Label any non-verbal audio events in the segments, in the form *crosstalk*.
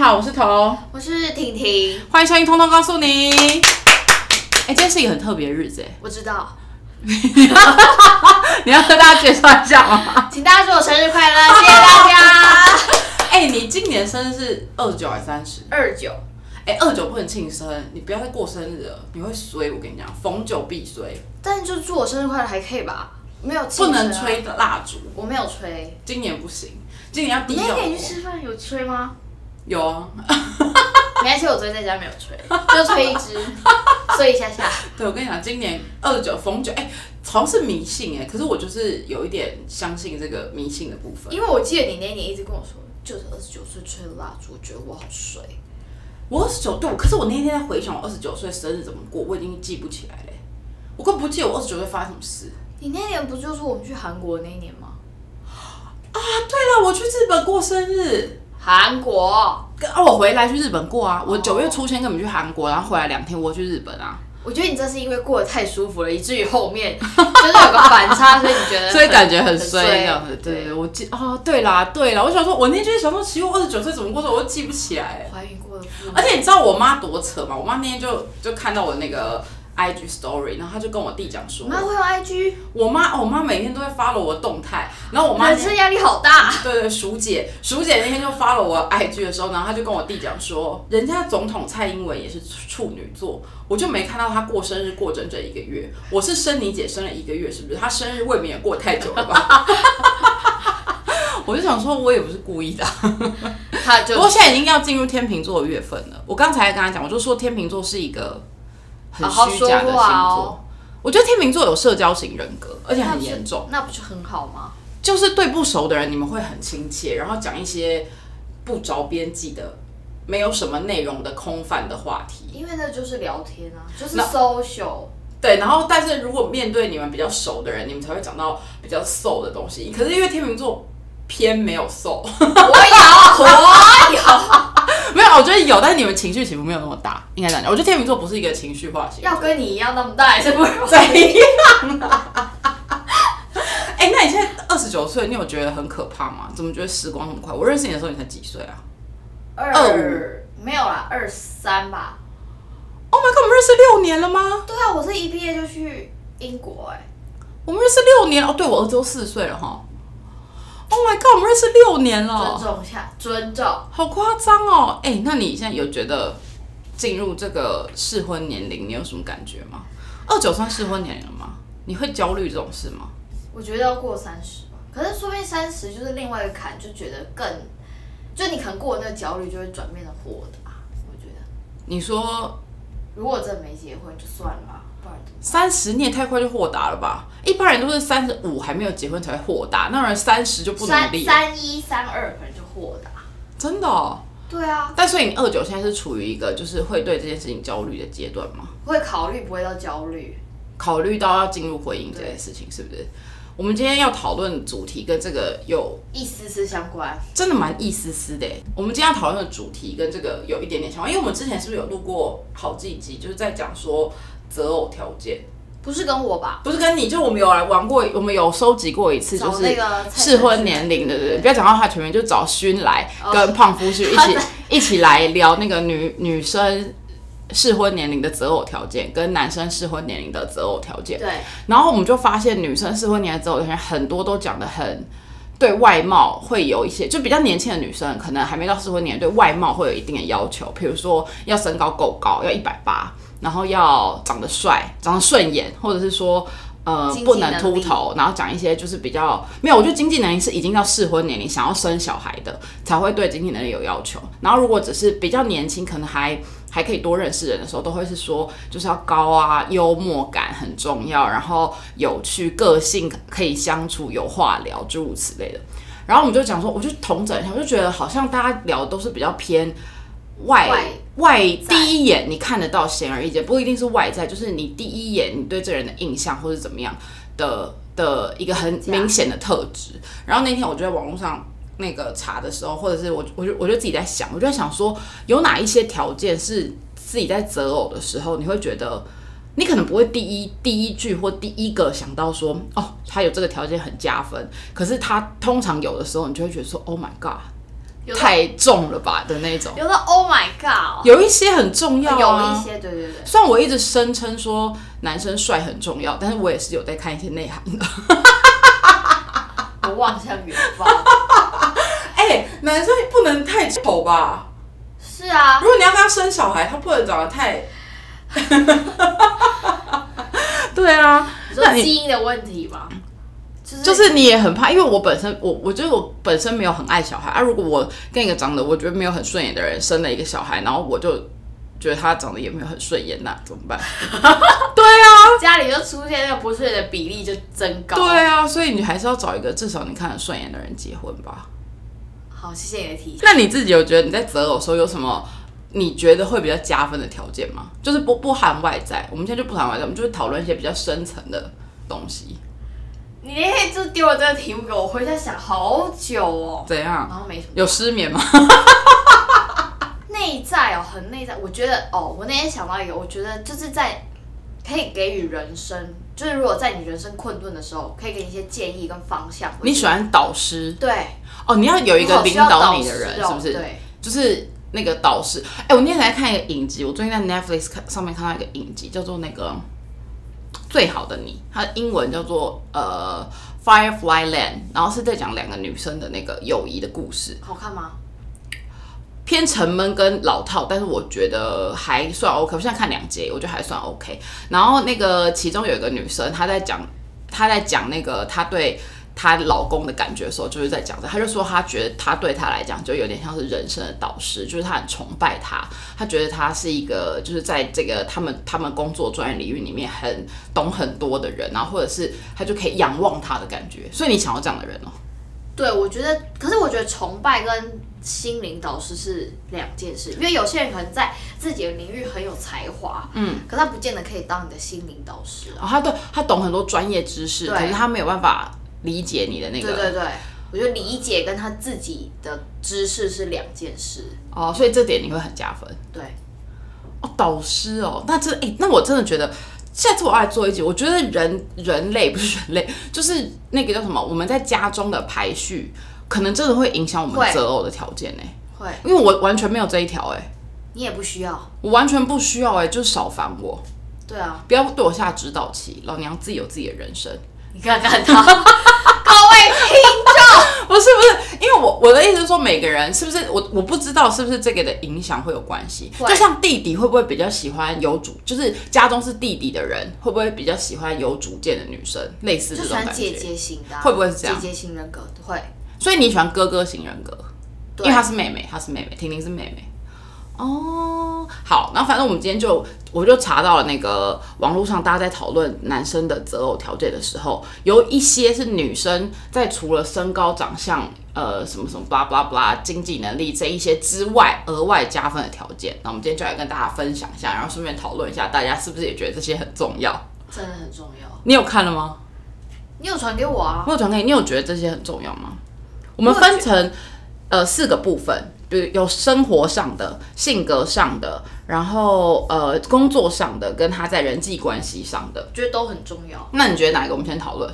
好，我是彤，我是婷婷，欢迎收听《通通告诉你》。哎，今天是一个很特别的日子，哎，我知道， *laughs* 你要跟大家介绍一下吗？请大家祝我生日快 *laughs* 乐，谢谢大家。哎，你今年生日是二十九还是三十？二九，哎，二九不能庆生，你不要再过生日了，你会衰。我跟你讲，逢九必衰，但就祝我生日快乐还可以吧？没有庆不生啊能，吹蜡烛，我没有吹。今年不行，今年要低你那调天可以活去。吃饭，有吹吗？有啊，没关系，我昨天在家没有 *laughs* 吹，就吹一 *laughs* 支，吹一下下。对，我跟你讲，今年二十九逢九，哎，好像是迷信哎，可是我就是有一点相信这个迷信的部分。因为我记得你那一年一直跟我说，就是二十九岁吹蜡烛，我觉得我好衰。我二十九对，可是我那天在回想我二十九岁生日怎么过，我已经记不起来嘞、我根本不记得我二十九岁发生什么事你那年不就是我们去韩国那一年吗？啊！对了，我去日本过生日，韩国，跟啊我回来去日本过啊，我九哦月初先跟你们去韩国，然后回来两天我去日本啊，我觉得你这是因为过得太舒服了，以至于后面 *laughs* 就是有个反差，所以你觉得， *laughs* 所以感觉很很衰衰这样子。对对，对对我记哦，对啦对啦，我想说，我那天想说，奇怪，我二十九岁怎么过的，我都记不起来、怀孕过的妇女而且你知道我妈多扯吗？我妈那天就就看到我那个 IG story，然后她就跟我弟讲说我，妈会用 IG，我妈、哦我妈每天都会发了我的动态，然后我妈人生压力好大。对对，鼠姐，鼠姐那天就发了我 IG 的时候，然后她就跟我弟讲说，人家总统蔡英文也是处女座，我就没看到她过生日过整整一个月。我是生你姐生了一个月，是不是？她生日未免也过太久了吧？我就想说，我也不是故意的啊、她就不过现在已经要进入天秤座的月份了。我刚才跟他讲，我就说天秤座是一个很好好虚假的星说座。话哦我觉得天秤座有社交型人格，而且那很不是严重。那不是很好吗？就是对不熟的人，你们会很亲切，然后讲一些不着边际的、没有什么内容的空泛的话题。因为那就是聊天啊，就是那 *laughs* social。对，然后但是如果面对你们比较熟的人，你们才会讲到比较 soul 的东西。可是因为天秤座偏没有 soul，我有，我 *laughs* 没有，我觉得有，但是你们情绪起伏没有那么大，应该这样讲。我觉得天秤座不是一个情绪化型有，，要跟你一样那么大也是不容 *laughs* 怎易。样啊？哎、那你现在二十九岁，你有觉得很可怕吗？怎么觉得时光那么快？我认识你的时候，你才几岁啊二没有啦，二三吧。 ？Oh my god，我们认识六年了吗？对啊，我是一毕业就去英国哎、我们认识六年哦，对我儿子都四岁了哈。Oh my god，我们认识六年尊了，重一下，尊重。好夸张哦！哎、那你现在有觉得进入这个适婚年龄，你有什么感觉吗？二九算适婚年龄了吗？你会焦虑这种事吗？我觉得要过三十吧，可是说不定三十就是另外一个坎，就觉得更，就你可能过了那个焦虑，就会转变成活的吧。我觉得，你说如果真的没结婚就算了吧，不然怎么三十，你也太快就豁达了吧？一般人都是三十五还没有结婚才会豁达，那人三十就不努三力了，三一三二可能就豁达。真的、哦。对啊，但所以你二九现在是处于一个就是会对这件事情焦虑的阶段吗？会考虑不会到焦虑。考虑到要进入婚姻这件事情，是不是？我们今天要讨论主题跟这个有一丝丝相关，真的蛮一丝丝的欸。我们今天要讨论的主题跟这个有一点点相关，因为我们之前是不是有录过好几集，就是在讲说择偶条件，不是跟我吧？不是跟你，就我们有来玩过，我们有收集过一次，就找是那个蔡适婚徐坤年龄的，对对对，不要讲到他全名，就找勋来哦跟胖夫 *laughs* 婿一他起在一起来聊那个女女生适婚年龄的择偶条件，跟男生适婚年龄的择偶条件。对，然后我们就发现，女生适婚年龄之后，有些人很多都讲的很对外貌会有一些，就比较年轻的女生，可能还没到适婚年龄，对外貌会有一定的要求，比如说要身高够高，要一百八，然后要长得帅，长得顺眼，或者是说。呃经，济不能能秃力头，然后讲一些就是比较没有，我觉得经济能力是已经到适婚年龄，想要生小孩的才会对经济能力有要求。然后如果只是比较年轻，可能还还可以多认识人的时候，都会是说就是要高啊，幽默感很重要，然后有趣，个性可以相处，有话聊，诸如此类的。然后我们就讲说，我就统整一下，我就觉得好像大家聊的都是比较偏外外外第一眼你看得到，显而易见，不一定是外在，就是你第一眼你对这人的印象或是怎么样的的一个很这样明显的特质。然后那天我就在网络上那个查的时候，或者是我我就我就自己在想，我就在想说，有哪一些条件是自己在择偶的时候，你会觉得你可能不会第一第一句或第一个想到说，哦，他有这个条件很加分，可是他通常有的时候，你就会觉得说，Oh 哦 my god，有的太重了吧的那种。有的 Oh my God，有一些很重要、啊，有一些对对对，虽然我一直声称说男生帅很重要，但是我也是有在看一些内涵的。我望向远方。哎、男生不能太丑吧？是啊如，果你要跟他生小孩，他不能长得 *laughs* 太……对啊，你说那你基因的问题吗？就是就是你也很怕，因为我本身我我觉得我本身没有很爱小孩啊。如果我跟一个长得我觉得没有很顺眼的人生了一个小孩，然后我就觉得他长得也没有很顺眼，那怎么办？家里就出现那个不顺眼的比例就增高。对，啊，所以你还是要找一个至少你看得顺眼的人结婚吧。好，谢谢你的提醒。那你自己有觉得你在择偶的时候有什么你觉得会比较加分的条件吗？就是不不含外在，我们现在就不含外在，我们就是讨论一些比较深层的东西。你那天就丢了这个题目给我，我回家想好久哦，怎样然？后没什么。有失眠吗？内在哦，很内在。我觉得哦，我那天想到一个，我觉得就是在可以给予人生，就是如果在你人生困顿的时候，可以给你一些建议跟方向。我觉得你喜欢导师对哦？你要有一个我好领需要导你导的师人，哦是不是？对，就是那个导师。哎、我那天才看一个影集，我最近在 Netflix 看上面看到一个影集，叫做那个《最好的你》，它的英文叫做呃《Firefly Land》，然后是在讲两个女生的那个友谊的故事，好看吗？偏沉闷跟老套，但是我觉得还算 OK。我现在看两集，我觉得还算 OK。然后那个其中有一个女生，她在讲她在讲那个她对。她老公的感觉的时候，就是在讲这，她就说她觉得他对她来讲就有点像是人生的导师，就是她很崇拜他，她觉得他是一个就是在这个他们他们工作专业领域里面很懂很多的人，然后或者是她就可以仰望他的感觉，所以你想要这样的人哦、对，我觉得，可是我觉得崇拜跟心灵导师是两件事，因为有些人可能在自己的领域很有才华，嗯，可是他不见得可以当你的心灵导师啊。然后哦他对他懂很多专业知识，对可是他没有办法理解你的那个对对对，我觉得理解跟他自己的知识是两件事。哦，所以这点你会很加分对，哦。导师哦，那这诶，那我真的觉得下次我要来做一集，我觉得人人类不是人类，就是那个叫什么，我们在家中的排序，可能真的会影响我们会择偶的条件呢。会，因为我完全没有这一条哎，你也不需要。我完全不需要哎，就是少烦我，对啊，不要对我下指导棋，老娘自己有自己的人生。你看看他， *laughs* 各位听， *laughs* 不是不是，因为我我的意思是说，每个人是不是我我不知道是不是这个的影响会有关系。会就像弟弟会不会比较喜欢有主，就是家中是弟弟的人，会不会比较喜欢有主见的女生，类似这就种喜感欢觉？姐姐型的啊、会不会是这样姐姐型人格会，所以你喜欢哥哥型人格，因对为她是妹妹，她是妹妹，婷婷是妹妹。哦，好，那反正我们今天就我就查到了那个网络上大家在讨论男生的择偶条件的时候，有一些是女生在除了身高、长相、呃什么什么 blah blah blah 经济能力这一些之外，额外加分的条件。那我们今天就来跟大家分享一下，然后顺便讨论一下，大家是不是也觉得这些很重要？真的很重要。你有看了吗？你有传给我啊？我有传给你，你有觉得这些很重要吗？我们分成呃四个部分，比如有生活上的、性格上的，然后呃工作上的，跟他在人际关系上的。我觉得都很重要。那你觉得哪一个？我们先讨论。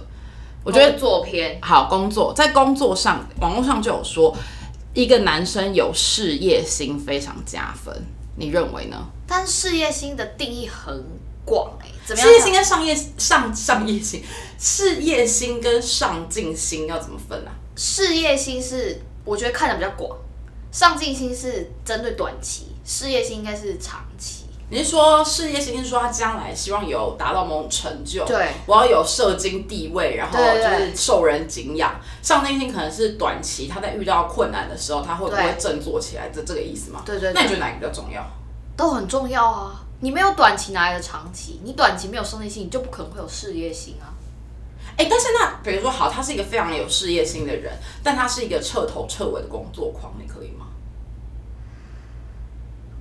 我觉得工作篇好，工作在工作上，网络上就有说，一个男生有事业心非常加分，你认为呢？但事业心的定义很广哎、怎么样事讲？业心跟上业上上业心，事业心跟上进心要怎么分啊？事业心是我觉得看的比较广，上进心是针对短期，事业心应该是长期。你是说事业心，是说他将来希望有达到某种成就，对，我要有社经地位，然后对就对是受人敬仰。上进心可能是短期他在遇到困难的时候，他会不会对振作起来这这个意思吗？对对那你对，觉得哪个比较重要？都很重要啊。你没有短期哪来的长期？你短期没有上进心，你就不可能会有事业心啊。哎、但是那比如说，好，他是一个非常有事业心的人，但他是一个彻头彻尾的工作狂，你可以吗？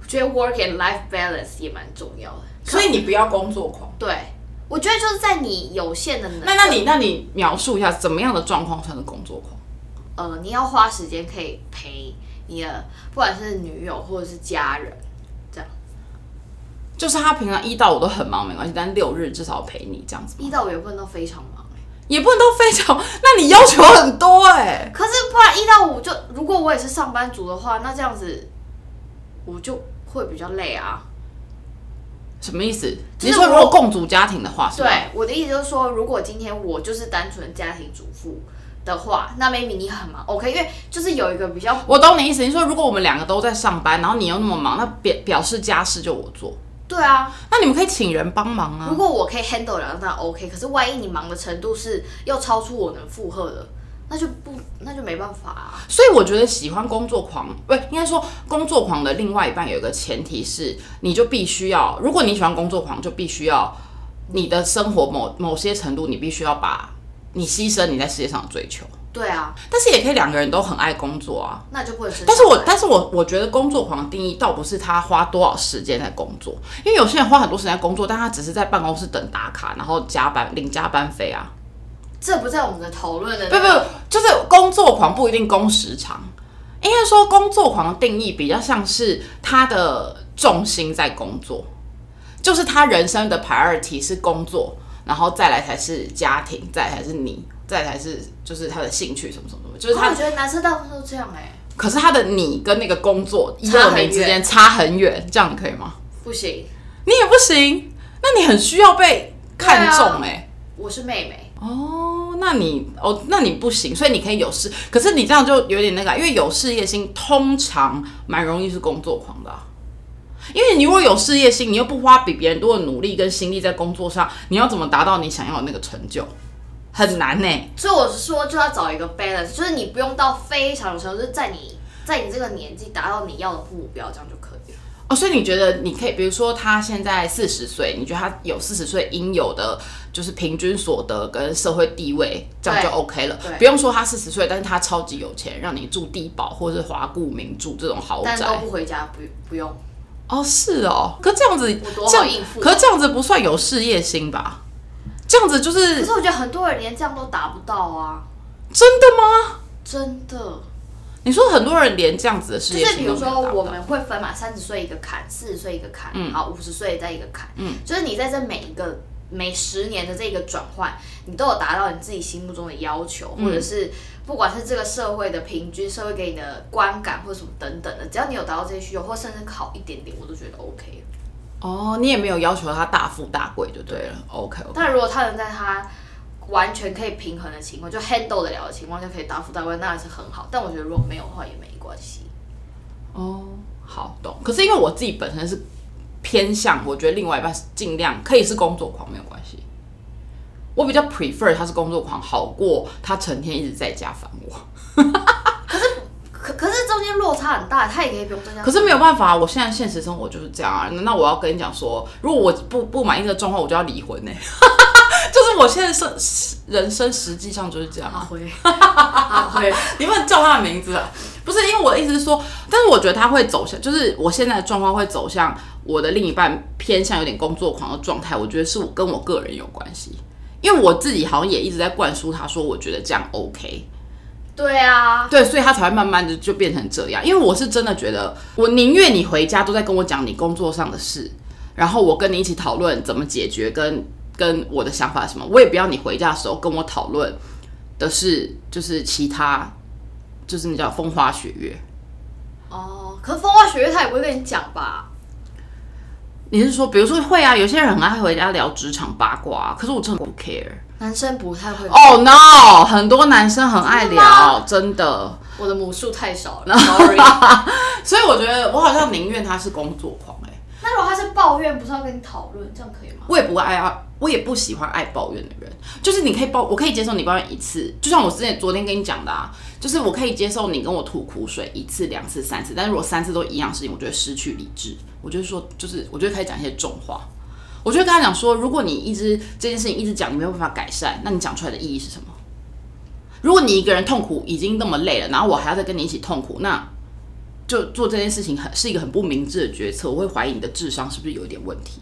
我觉得 work and life balance 也蛮重要的。所以你不要工作狂。对，我觉得就是在你有限的能那那你那你描述一下怎么样的状况算是工作狂？呃，你要花时间可以陪你的，不管是女友或者是家人，这样就是他平常一到五都很忙没关系，但六日至少陪你这样子吗。一到五也不能都非常忙、欸。也不能都非常，那你要求很多哎、可是不然一到五就，如果我也是上班族的话，那这样子我就会比较累啊。什么意思？就是你说我如果共组家庭的话，是吧？对，我的意思就是说，如果今天我就是单纯家庭主妇的话，那 maybe 你很忙，OK，因为就是有一个比较我懂你意思。你说如果我们两个都在上班，然后你又那么忙，那表表示家事就我做，对啊，那你们可以请人帮忙如啊。果我可以 handle 了，那 OK。可是万一你忙的程度是又超出我能负荷的，那就不那就没办法啊。所以我觉得喜欢工作狂，不应该说工作狂的另外一半有一个前提是，你就必须要，如果你喜欢工作狂，就必须要你的生活某某些程度，你必须要把你牺牲你在世界上的追求。对啊，但是也可以两个人都很爱工作啊，那就不能生小孩。但是我但是我我觉得工作狂的定义倒不是他花多少时间在工作，因为有些人花很多时间在工作，但他只是在办公室等打卡，然后加班领加班费啊。这不在我们的讨论的那不不个，，就是工作狂不一定工时长，应该说工作狂的定义比较像是他的重心在工作，就是他人生的 priority 是工作，然后再来才是家庭，再来才是你，再来才是就是他的兴趣什么什么什么，就是可他我觉得男生大部分都这样哎、可是他的你跟那个工作一差很二名之间差很远，这样可以吗？不行，你也不行，那你很需要被看重啊哎、我是妹妹。哦，那你哦，那你不行，所以你可以有事，可是你这样就有点那个啊，因为有事业心通常蛮容易是工作狂的啊、因为你如果有事业心，你又不花比别人多的努力跟心力在工作上，你要怎么达到你想要的那个成就？很难欸呢、所以我是说，就要找一个 balance，就是你不用到非常有程度，就是在你在你这个年纪达到你要的目标，这样就可以了。哦，所以你觉得你可以，比如说他现在四十岁，你觉得他有四十岁应有的，就是平均所得跟社会地位，这样就对 OK 了对，不用说他四十岁，但是他超级有钱，让你住低保或是华固名住这种豪但都宅。不回家，不不用。哦，是哦，可这样子我多，好这样应付，啊可这样子不算有事业心吧？这样子就可是是我觉得很多人连这样都达不到啊，真的吗？真的。你说很多人连这样子的事就业是比心都如没有达说，到，嗯我们会分嘛，三十岁一个坎，四十岁一个坎，好，五十岁再一个坎，嗯，就是你在这每一个每十年的这个转换，你都有达到你自己心目中的要求，嗯或者是不管是这个社会的平均，社会给你的观感或者什么等等的，只要你有达到这些需求，或甚至好一点点，我都觉得 OK 了。哦，你也没有要求他大富大贵就对了。OK OK。但如果他能在他完全可以平衡的情况，就 handle 得了的情况下，可以大富大贵，那是很好。但我觉得如果没有的话，也没关系。哦，好懂。可是因为我自己本身是偏向，我觉得另外一半是尽量可以是工作狂没有关系。我比较 prefer 他是工作狂，好过他成天一直在家烦我。可可是中间落差很大，他也可以不用增加。可是没有办法，我现在现实生活就是这样啊。那我要跟你讲说，如果我不不满意这个状况，我就要离婚呢、欸 *laughs* 就是我现在生人生实际上就是这样啊。阿辉，阿辉， *laughs* 你不能叫他的名字啊！不是，因为我的意思是说，但是我觉得他会走向，就是我现在的状况会走向我的另一半偏向有点工作狂的状态。我觉得是我跟我个人有关系，因为我自己好像也一直在灌输他说，我觉得这样 OK，对啊，对，所以他才会慢慢的就变成这样。因为我是真的觉得，我宁愿你回家都在跟我讲你工作上的事，然后我跟你一起讨论怎么解决跟跟我的想法什么，我也不要你回家的时候跟我讨论的是就是其他。就是那叫风花雪月，哦，可是风花雪月他也不会跟你讲吧？你是说，比如说会啊，有些人很爱回家聊职场八卦啊、可是我真的不 care。男生不太会。 Oh no，很多男生很爱聊，真的。我的母数太少 *laughs* 了，sorry。所以我觉得我好像宁愿他是工作狂哎、那如果他是抱怨，不是要跟你讨论，这样可以 *laughs* 吗？我也不爱啊，我也不喜欢爱抱怨的人。就是你可以抱，我可以接受你抱怨一次，就像我之前昨天跟你讲的啊，就是我可以接受你跟我吐苦水一次、两次、三次，但是如果三次都一样事情，我就会失去理智。我就是说，就是我就会开始讲一些重话。我就会跟他讲说，如果你一直这件事情一直讲，你没有办法改善，那你讲出来的意义是什么？如果你一个人痛苦已经那么累了，然后我还要再跟你一起痛苦，那就做这件事情很是一个很不明智的决策。我会怀疑你的智商是不是有一点问题。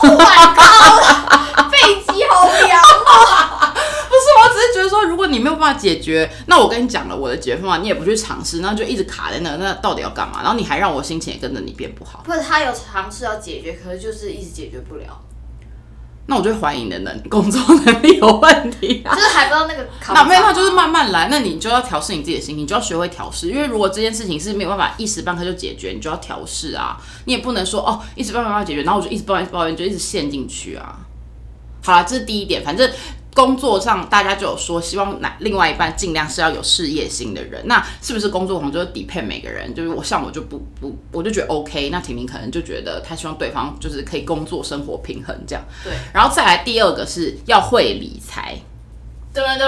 Oh my god！背脊好凉啊！不是，我只是觉得说，如果你没有办法解决，那我跟你讲了我的解决方法，你也不去尝试，那就一直卡在那，那到底要干嘛？然后你还让我心情也跟着你变不好。 *laughs* 或者他有尝试要解决，可是就是一直解决不了。那我就会怀疑你的能工作能力有问题啊就。是还不知道那个考那不没有，考那就是慢慢来。那你就要调试你自己的心情，你就哦要学会调试。因为如果这件事情是没有办法一时半刻就解决，你就要调试啊。你也不能说哦，一时半刻没办法解决，然后我就一直抱怨，一直抱怨，就一直陷进去啊。好啦，这是第一点。反正工作上大家就有说，希望哪另外一半尽量是要有事业心的人。那是不是工作狂就是 depend 每个人？就是我像我就不不，我就觉得 OK。那婷婷可能就觉得她希望对方就是可以工作生活平衡这样。对。然后再来第二个是要会理财。噔噔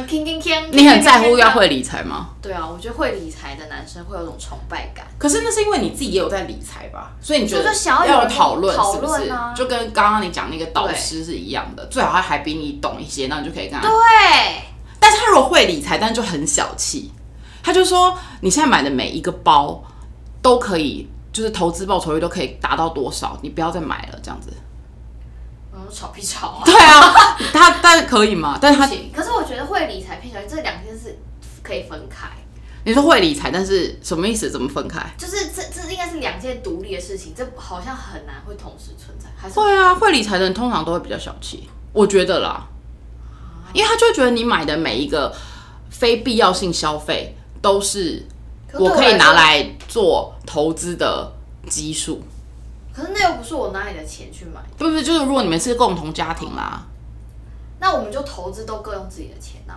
噔，听听听，你很在乎要？会理财吗？对啊，我觉得会理财的男生会有种崇拜感。可是那是因为你自己也有在理财吧，所以你觉就得是想要有要有人讨论，讨是不是论啊？就跟刚刚你讲那个导师是一样的，最好他还比你懂一些，那你就可以跟他。对，但是他如果会理财，但就很小气，他就说你现在买的每一个包都可以，就是投资报酬率都可以达到多少，你不要再买了这样子。嗯，吵屁吵啊！对啊，他但可以吗？但是他不行可是我觉得会理财偏小，这两件事可以分开，你说会理财，但是什么意思？怎么分开？就是这这应该是两件独立的事情，这好像很难会同时存在，还是会啊，会理财的人通常都会比较小气，我觉得啦，因为他就会觉得你买的每一个非必要性消费都是可是对我我可以拿说。来做投资的基数，可是那又不是我拿你的钱去买，不是？就是如果你们是共同家庭啦，那我们就投资都各用自己的钱呐、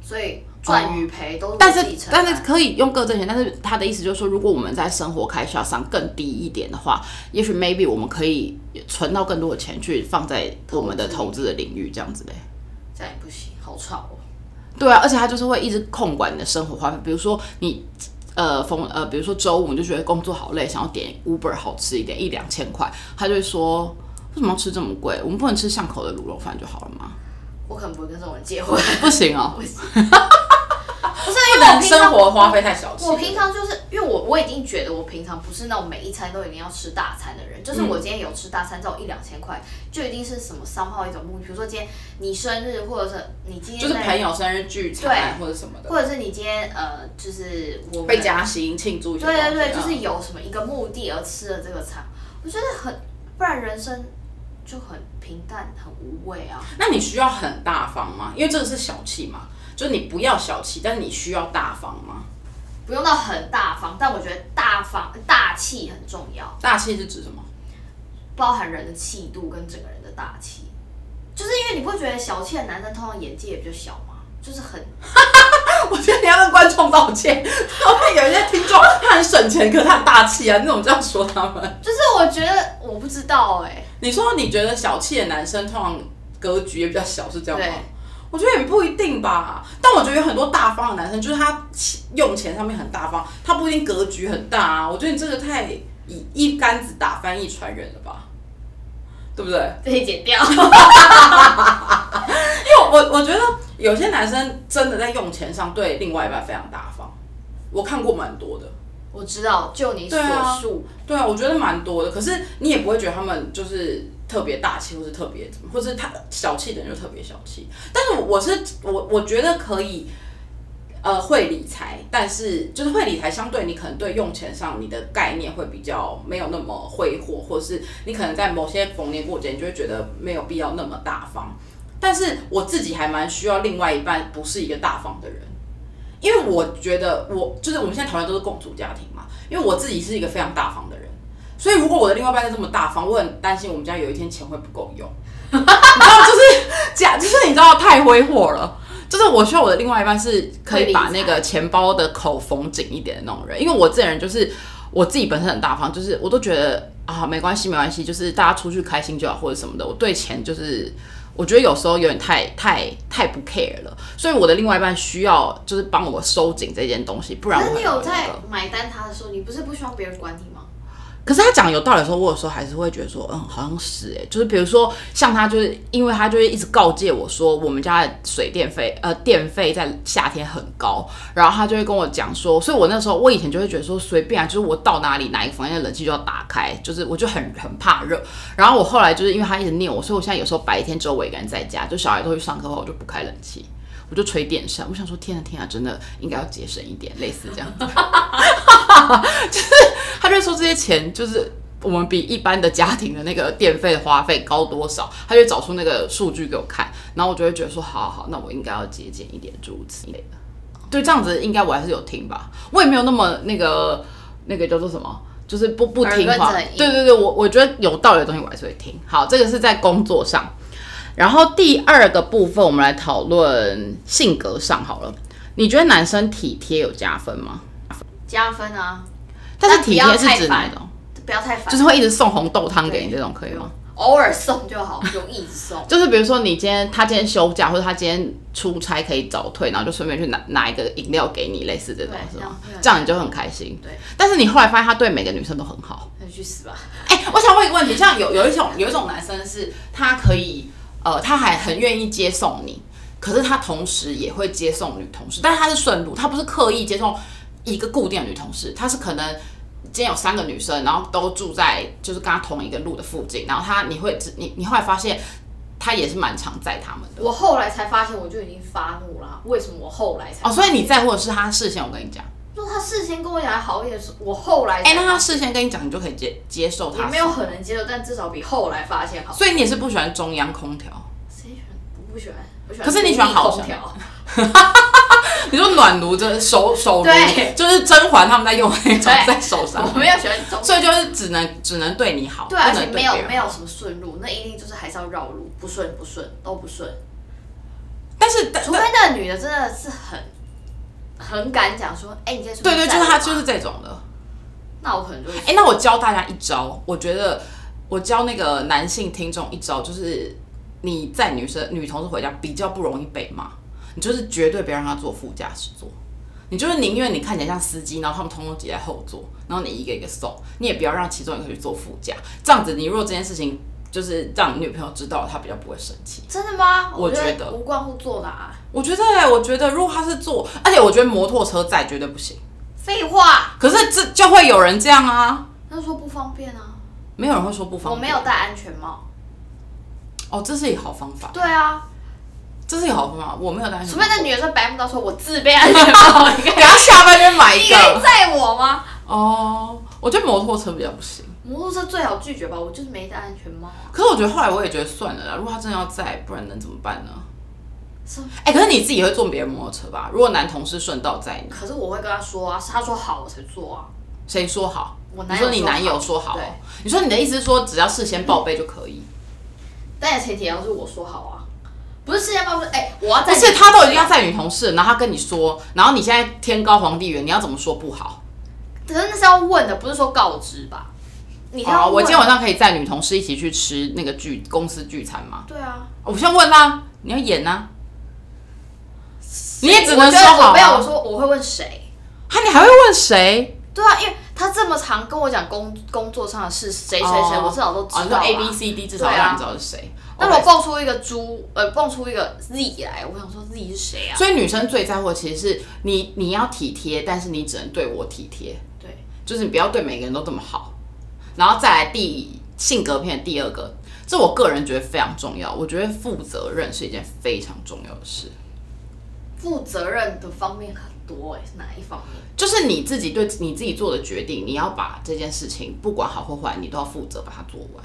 所以赚与赔都但自是己承担但是可以用个挣钱，但是他的意思就是说，如果我们在生活开销上更低一点的话，也许 maybe 我们可以存到更多的钱去放在我们的投资的领域，这样子呗。这样也不行，好吵哦。对啊，而且他就是会一直控管你的生活花费，比如说你。呃，逢呃，比如说周五你就觉得工作好累，想要点 Uber 好吃一点，一两千块，他就会说为什么要吃这么贵？我们不能吃巷口的卤肉饭就好了吗？我可能不会跟这种人 *laughs* 结婚，不行哦，不是因为我平常费太小我平常就是因为我我已经觉得我平常不是那种每一餐都一定要吃大餐的人，就是我今天有吃大餐，照一两千块就一定是什么三号一种目的，比如说今天你生日，或者是你今天在友生日聚对或者什么的，或者是你今天呃，就是我们薪庆祝一下啊对对啊对，就是有什么一个目的而吃了这个餐，我觉得很不然人生就很平淡很无味啊。那你需要很大方吗？因为这个是小气嘛，就是你不要小气，但是你需要大方吗？不用到很大方，但我觉得大方大气很重要。大气是指什么？包含人的气度跟整个人的大气，就是因为你不会觉得小气的男生通常眼界也比较小吗？就是很我觉得你要跟观众道歉，后面有一些听众他很省钱，可是他很大气啊，那种这样说他们。就是我觉得我不知道哎、你说你觉得小气的男生通常格局也比较小，是这样吗对？我觉得也不一定吧，但我觉得有很多大方的男生，就是他用钱上面很大方，他不一定格局很大啊。我觉得你这个太以一竿子打翻一船人了吧，对不对？这可以剪掉。因为我我觉得有些男生真的在用钱上对另外一半非常大方，我看过蛮多的。 *laughs* 我知道，就你所对啊述，对啊，我觉得蛮多的。可是你也不会觉得他们就是特别大气，或是特别怎么，或是他小气的人就特别小气。但是我是我，我觉得可以，呃，会理财，但是就是会理财，相对你可能对用钱上你的概念会比较没有那么挥霍，或是你可能在某些逢年过节，你就会觉得没有必要那么大方。但是我自己还蛮需要另外一半不是一个大方的人。因为我觉得我就是我们现在讨论都是共主家庭嘛，因为我自己是一个非常大方的人，所以如果我的另外一半是这么大方，我很担心我们家有一天钱会不够用，你知道，就是假，就是你知道太挥霍了。就是我希望我的另外一半是可以把那个钱包的口缝紧一点的那种人，因为我这人就是我自己本身很大方，就是我都觉得啊没关系没关系，就是大家出去开心就好或者什么的，我对钱就是我觉得有时候有点太太太不 care 了，所以我的另外一半需要就是帮我收紧这件东西，不然可我是很你有容易那在个买单他的时候，你不是不希望别人管你吗？可是他讲有道理的时候，我有时候还是会觉得说，嗯，好像是哎、就是比如说像他，就是因为他就会一直告诫我说，我们家的水电费呃电费在夏天很高，然后他就会跟我讲说，所以我那时候我以前就会觉得说随便啊，就是我到哪里哪一个房间的冷气就要打开，就是我就很很怕热。然后我后来就是因为他一直念我，所以我现在有时候白天只有我一个人在家，就小孩都去上课的话，我就不开冷气。我就吹电扇，我想说天啊天啊，真的应该要节省一点，类似这样子。他就说这些钱就是。我们比一般的家庭的那个电费的花费高多少，他就会找出那个数据给我看，然后我就会觉得说，好好好，那我应该要节俭一点，诸如此类的。对，这样子应该我还是有听吧，我也没有那么那个那个叫做什么。就是不不听话耳根子很，硬对对对，我我觉得有道理的东西我还是会听。好，这个是在工作上，然后第二个部分我们来讨论性格上好了。你觉得男生体贴有加分吗？加分啊，但是但体不要贴是太指哪烦种？不要太烦，就是会一直送红豆汤给你这种可以吗？。偶尔送就好，不用一直送就是比如说你今天他今天休假，或者他今天出差可以早退，然后就顺便去拿拿一个饮料给你，类似这种对是这吗样会？很这样你就很开心。对。但是你后来发现他对每个女生都很好。 *laughs* 那就去死吧！哎、我想问一个问题，像有有一种有一种男生是他可以呃，他还很愿意接送你，可是他同时也会接送女同事，但是他是顺路，他不是刻意接送一个固定的女同事，他是可能。今天有三个女生，然后都住在就是跟他同一个路的附近，然后他你会你你后来发现他也是蛮常载他们的我后来才发现，我就已经发怒啦。为什么我后来才？哦，所以你在乎的是他事先我跟你讲，如果他事先跟我讲得好一点，是我后来才哎、那他事先跟你讲，你就可以接接受也他，没有很能接受，但至少比后来发现好。所以你也是不喜欢中央空调，谁喜欢？我不喜欢，我喜欢。可是你喜欢好空调， *laughs* 你说暖炉就是手手炉对，就是甄嬛他们在用的那种对在手上我，没有喜欢中。所以就是只能只能对你好，对啊，而不且能对没有别人没有什么顺路，那一定就是还是要绕路，不顺不顺都不顺。但是但除非那个女的真的是很很敢讲说，哎、你在说对对，就是他就是这种的。那我可能就会哎、那我教大家一招，我觉得我教那个男性听众一招，就是你载女生女同事回家比较不容易被骂，你就是绝对别让她坐副驾驶座。你就是宁愿你看起来像司机，然后他们通通挤在后座，然后你一个一个送，你也不要让其中一个去坐副驾。这样子，你如果这件事情就是让你女朋友知道了，她比较不会生气。真的吗？我觉觉得无关乎做的啊，我觉得欸、我觉得如果他是坐，而且我觉得摩托车载绝对不行。废话，可是这就会有人这样啊，那说不方便啊，没有人会说不方便。我没有戴安全帽。哦，这是一个好方法，*laughs* 对啊，这是一个好方法。我没有担除心， *laughs* 非那女的说白目到说我自备安全帽，你可以给他下半边买你一可以个。载我吗？哦，我觉得摩托车比较不行。摩托车最好拒绝吧，我就是没戴安全帽啊。可是我觉得后来我也觉得算了啦，如果他真的要载，不然能怎么办呢？是哎、可是你自己会坐别人摩托车吧？如果男同事顺道载你，可是我会跟他说啊，是他说好我才做啊。谁说好？我你男友说你男友说好哦、对你说你的意思是说只要事先报备就可以？但前提要是我说好啊，不是世界报说哎、我要不在是，他都已经要载女同事，然后他跟你说，然后你现在天高皇帝远，你要怎么说不好？可是那是要问的，不是说告知吧？你是哦，要问我今天晚上可以载女同事一起去吃那个聚公司聚餐吗？对啊，我先问啦、你要演啊，你也只能我觉说得好、我没有，我啊。说我会问谁？哈，你还会问谁？对啊，因为他这么常跟我讲工工作上的事，谁谁谁，哦我至少都知哦，你说道啊。 A B C D 至少对啊让你知道是谁。那 OK 我蹦出一个猪，呃，蹦出一个 Z 来，我想说 Z 是谁啊？所以女生最在乎的其实是你，你要体贴，但是你只能对我体贴，对，就是你不要对每个人都这么好。然后再来第性格片的第二个，这我个人觉得非常重要。我觉得负责任是一件非常重要的事。负责任的方面很多哎、是哪一方面？就是你自己对你自己做的决定，你要把这件事情不管好或坏，你都要负责把它做完。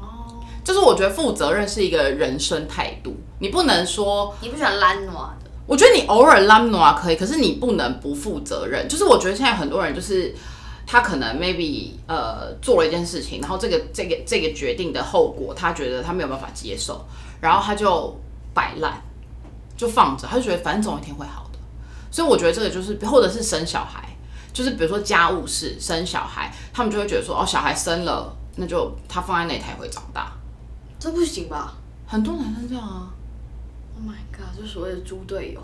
哦，就是我觉得负责任是一个人生态度，你不能说，你不喜欢懒惰的，我觉得你偶尔 l a m n 啊可以，可是你不能不负责任。就是我觉得现在很多人就是。他可能 maybe 呃做了一件事情，然后这个这个这个决定的后果，他觉得他没有办法接受，然后他就摆烂，就放着，他就觉得反正总有一天会好的。所以我觉得这个就是，或者是生小孩，就是比如说家务事、生小孩，他们就会觉得说，哦，小孩生了，那就他放在那里他也会长大。这不行吧很多男生这样啊， ？Oh my god，就所谓的猪队友。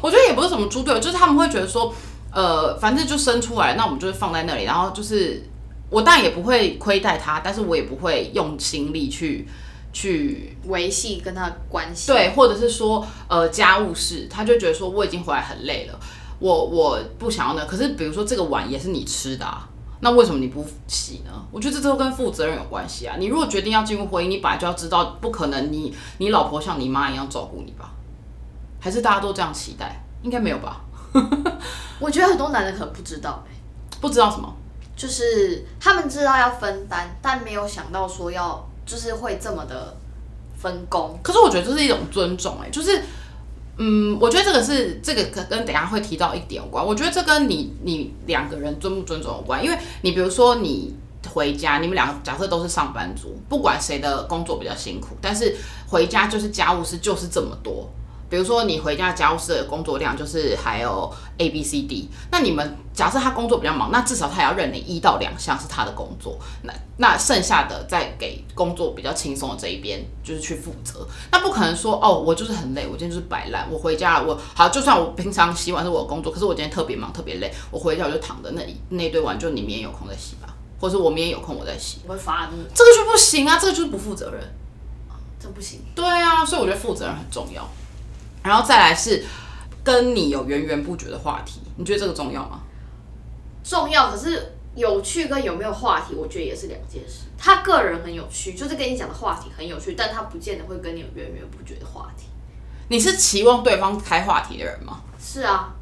我觉得也不是什么猪队友，就是他们会觉得说，呃，反正就生出来，那我们就是放在那里，然后就是我当然也不会亏待他，但是我也不会用心力去去维系跟他的关系。，对，或者是说呃家务事，他就觉得说我已经回来很累了，我我不想要呢。可是比如说这个碗也是你吃的啊。那为什么你不洗呢？我觉得这都跟负责任有关系啊！你如果决定要进入婚姻，你本来就要知道，不可能你你老婆像你妈一样照顾你吧？还是大家都这样期待？应该没有吧？我觉得很多男人可能不知道、欸，不知道什么，就是他们知道要分担，但没有想到说要就是会这么的分工。可是我觉得这是一种尊重、欸，哎，就是，嗯，我觉得这个是这个跟跟等一下会提到一点有关。我觉得这跟你你两个人尊不尊重有关，因为你比如说你回家，你们两个假设都是上班族，不管谁的工作比较辛苦，但是回家就是家务事就是这么多。比如说，你回家家务事的工作量就是还有 A B C D。那你们假设他工作比较忙，那至少他也要认你一到两项是他的工作，那那剩下的再给工作比较轻松的这一边就是去负责。那不可能说哦，我就是很累，我今天就是摆烂，我回家了我好，就算我平常洗碗是我的工作，可是我今天特别忙特别累，我回家我就躺在那里那一堆碗，就你明天有空再洗吧，或者是我明天有空我再洗，我会发怒，这个就不行啊，这个就是不负责任。这不行。对啊，所以我觉得负责任很重要。然后再来是跟你有源源不绝的话题，你觉得这个重要吗？重要，可是有趣跟有没有话题，我觉得也是两件事。他个人很有趣，就是跟你讲的话题很有趣，但他不见得会跟你有源源不绝的话题。你是期望对方开话题的人吗？是啊，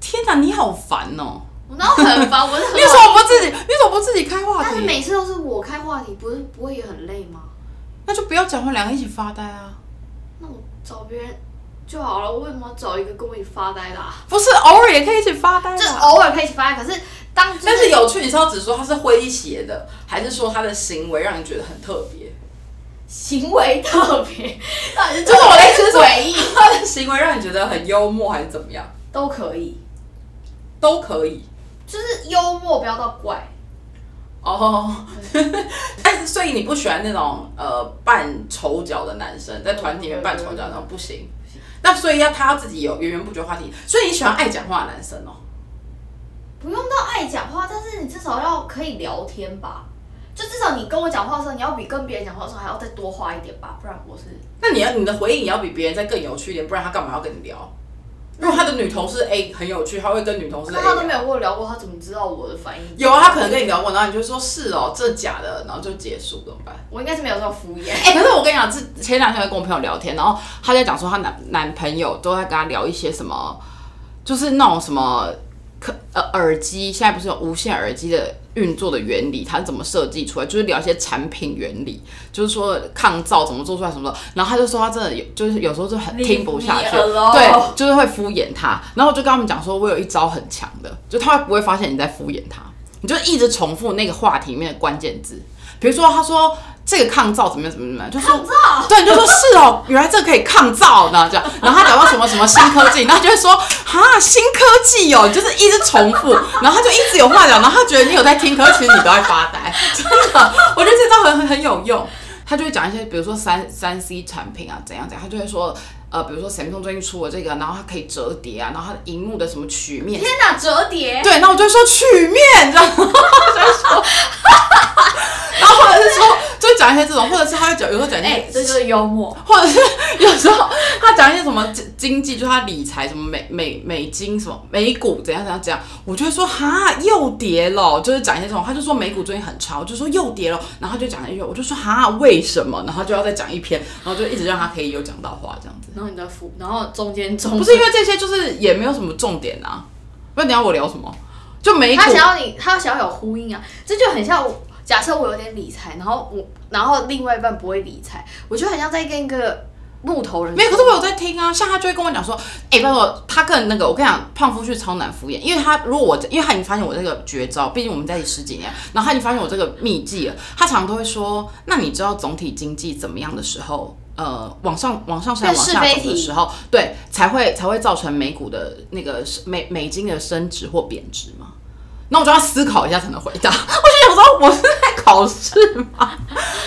天哪，你好烦哦！我那很烦，我是 *laughs* 很你怎么不自己？你怎么不自己开话但是题？每次都是我开话题，不是不会也很累吗？那就不要讲话，两个一起发呆啊！那我找别人就好了，我为什么要找一个跟我一起发呆的、啊？不是偶尔也可以一起发呆就是啊。偶尔可以一起发呆，可是当、就但是有趣，你是要只说他是诙谐的，还是说他的行为让你觉得很特别？行为特别， *laughs* 到底是就是我的意思是说诡异，他的行为让你觉得很幽默，还是怎么样？都可以，都可以。就是幽默不要到怪。哦， *laughs* 哎，所以你不喜欢那种呃扮丑角的男生，在团体里面扮丑角那种不行。那所以要他要自己有源源不绝话题，所以你喜欢爱讲话的男生哦。不用到爱讲话，但是你至少要可以聊天吧。就至少你跟我讲话的时候，你要比跟别人讲话的时候还要再多话一点吧，不然我是那你要你的回应也要比别人再更有趣一点，不然他干嘛要跟你聊？如果他的女同事 A 很有趣，他会跟女同事 A 那他聊都没有跟我聊过，他怎么知道我的反应？有啊，他可能跟你聊过，然后你就说是哦，这假的，然后就结束怎么办？我应该是没有这么敷衍。哎、可是我跟你讲，之前两天我跟我朋友聊天，然后她在讲说她男男朋友都在跟她聊一些什么，就是那种什么可呃耳机，现在不是有无线耳机的运作的原理，它是怎么设计出来，就是聊一些产品原理，就是说抗噪怎么做出来什么的。然后她就说她真的有，就是有时候就很 Leave 听不下 *laughs* 去， me alone 对，就是会敷衍她。然后我就跟他们讲说，我有一招很强的，就她不会发现你在敷衍她，你就一直重复那个话题里面的关键字。比如说，他说这个抗噪怎么样怎么样怎么样，就说对，你就说是哦，原来这个可以抗噪呢，这样。然后他讲到什么什么新科技，然后他就会说哈新科技哦，就是一直重复，然后他就一直有话讲，然后他觉得你有在听，可是其实你都在发呆，真的，我觉得这招很很很有用。他就会讲一些，比如说三三 C 产品啊，怎样怎样，他就会说，呃，比如说 Samsung 最近出了这个，然后它可以折叠啊，然后它的荧幕的什么曲面天哪，折叠！对，那我就会说曲面，你知道 *laughs* 吗？我就会说，然后或者是说，就会讲一些这种，或者是他会讲，有时候讲一些，哎就是幽默。或者是 *laughs* 有时候他讲一些什么经经济，就是他理财什么美美美金什么美股怎样怎样怎样，我就会说哈又跌了，就是讲一些这种，他就说美股最近很差，我就说又跌了，然后他就讲一句，我就说哈为什么，然后就要再讲一篇，然后就一直让他可以有讲到话这样子，然后你的敷，然后中间中不是因为这些就是也没有什么重点啊，不然你要我聊什么？就美股他想要你，他想要有呼应啊，这就很像我。假设我有点理财，然后我，然后另外一半不会理财，我就很像在跟一个木头人。没有，可是我有在听啊。像他就会跟我讲说，哎、拜托，他跟那个我跟你讲，胖夫婿超难敷衍，因为他如果我，因为他已经发现我这个绝招，毕竟我们在一起十几年，然后他已经发现我这个秘技了。他常常都会说，那你知道总体经济怎么样的时候，呃，往上往上升在往是下非走的题时候，对，才会才会造成美股的那个美美金的升值或贬值吗？那我就要思考一下才能回答。 *laughs* 我就想说，我是在考试吗？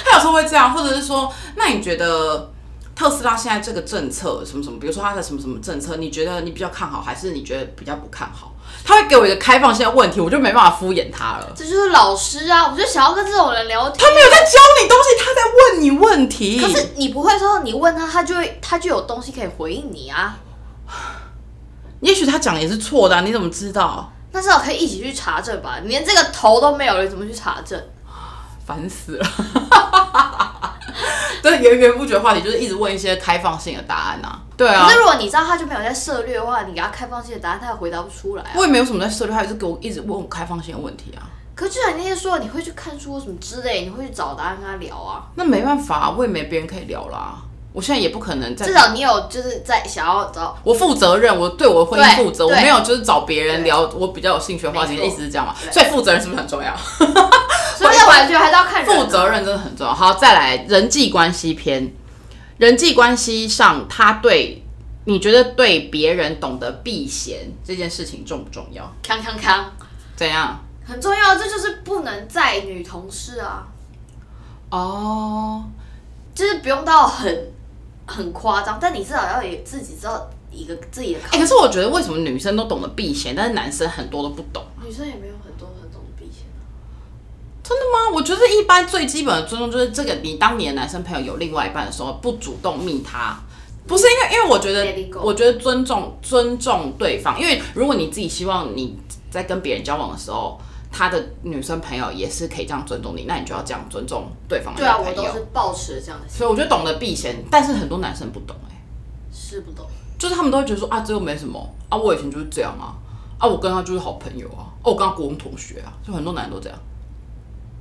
他有时候会这样，或者是说，那你觉得特斯拉现在这个政策什么什么，比如说它的什么什么政策，你觉得你比较看好，还是你觉得比较不看好？他会给我一个开放性的问题，我就没办法敷衍他了。这就是老师啊，我就想要跟这种人聊天。他没有在教你东西，他在问你问题。可是你不会说你问他，他就会他就有东西可以回应你啊。也许他讲的也是错的啊、你怎么知道？那至少可以一起去查证吧。你连这个头都没有了，你怎么去查证？烦死 *laughs* 了！对，源源不绝的话题就是一直问一些开放性的答案啊。对啊可是，如果你知道他就没有在策略的话，你给他开放性的答案，他也回答不出来啊、我也没有什么在涉猎，他也是给我一直问我开放性的问题啊。可是就像你那天说，你会去看书或什么之类，你会去找答案跟他聊啊。那没办法，我也没别人可以聊啦。我现在也不可能再至少你有就是在想要找我负责任，我对我的婚姻负责，我对对没有就是找别人聊我比较有兴趣的话题，没错意思是这样嘛？所以负责任是不是很重 *laughs* 要？所以完全还是要看人啊负责任真的很重要。好，再来人际关系篇，人际关系上，他对你觉得对别人懂得避嫌这件事情重不重要？康康康，怎样？很重要，这就是不能在女同事啊，哦，就是不用到很很夸张，但你至少要有自己知道一个自己的考哎、可是我觉得为什么女生都懂得避嫌，但是男生很多都不懂？女生也没有很多很懂避嫌啊，真的吗？我觉得一般最基本的尊重就是这个，你当你的男生朋友有另外一半的时候，不主动密他。不是因为，因为我觉 Let it 得， go 我觉得尊重尊重对方，因为如果你自己希望你在跟别人交往的时候，他的女生朋友也是可以这样尊重你，那你就要这样尊重对方的对啊，女我朋都友。是抱持这样的心，所以我觉得懂得避嫌，但是很多男生不懂哎、是不懂。就是他们都会觉得说啊，这又没什么啊，我以前就是这样啊，啊，我跟他就是好朋友啊，哦、我跟他国中同学啊，就很多男人都这样，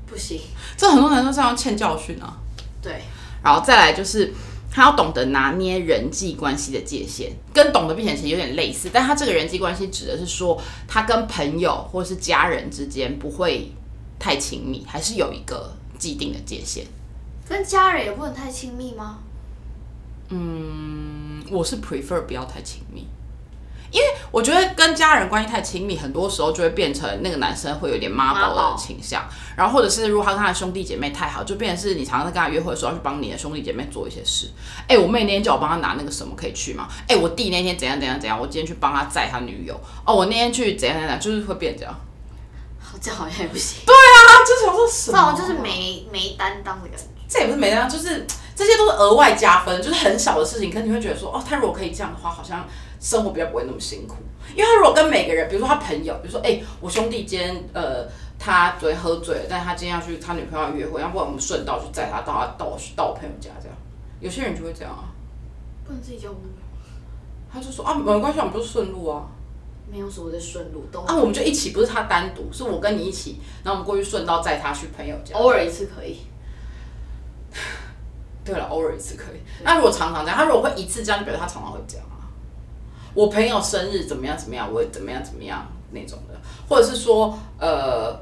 不行，这很多男生这样欠教训啊。对，然后再来就是他要懂得拿捏人际关系的界限，跟懂得避嫌其实有点类似，但他这个人际关系指的是说他跟朋友或是家人之间不会太亲密，还是有一个既定的界限。跟家人也不能太亲密吗？嗯，我是 prefer 不要太亲密。因为我觉得跟家人关系太亲密，很多时候就会变成那个男生会有点妈宝妈宝的倾向，然后或者是如果他跟他的兄弟姐妹太好，就变成是你常常在跟他约会的时候要去帮你的兄弟姐妹做一些事。哎、我妹那天叫我帮她拿那个什么，可以去吗？哎、我弟那天怎样怎样怎样，我今天去帮他载他女友。哦，我那天去怎样怎样，就是会变这样。好这样好像也不行，啊，就是想说什这么啊？种就是没没担当的感觉。这也不是没啊，就是这些都是额外加分，就是很小的事情，可是你会觉得说，哦，他如果可以这样的话，好像生活比较不会那么辛苦。因为他如果跟每个人，比如说他朋友，比如说，哎、我兄弟今天，呃，他昨天喝醉了，但他今天要去他女朋友约会，要不然我们顺道去载他到他到我到我朋友家这样。有些人就会这样啊，不能自己叫我没他就说啊，没关系，我们就顺路啊，有所谓的顺路，都啊，我们就一起，不是他单独，是我跟你一起，然后我们过去顺道载他去朋友家。偶尔一次可以。对了，偶尔一次可以。那如果常常这样，他如果会一次这样，就表示他常常会这样啊。我朋友生日怎么样怎么样，我怎么样怎么样那种的，或者是说呃，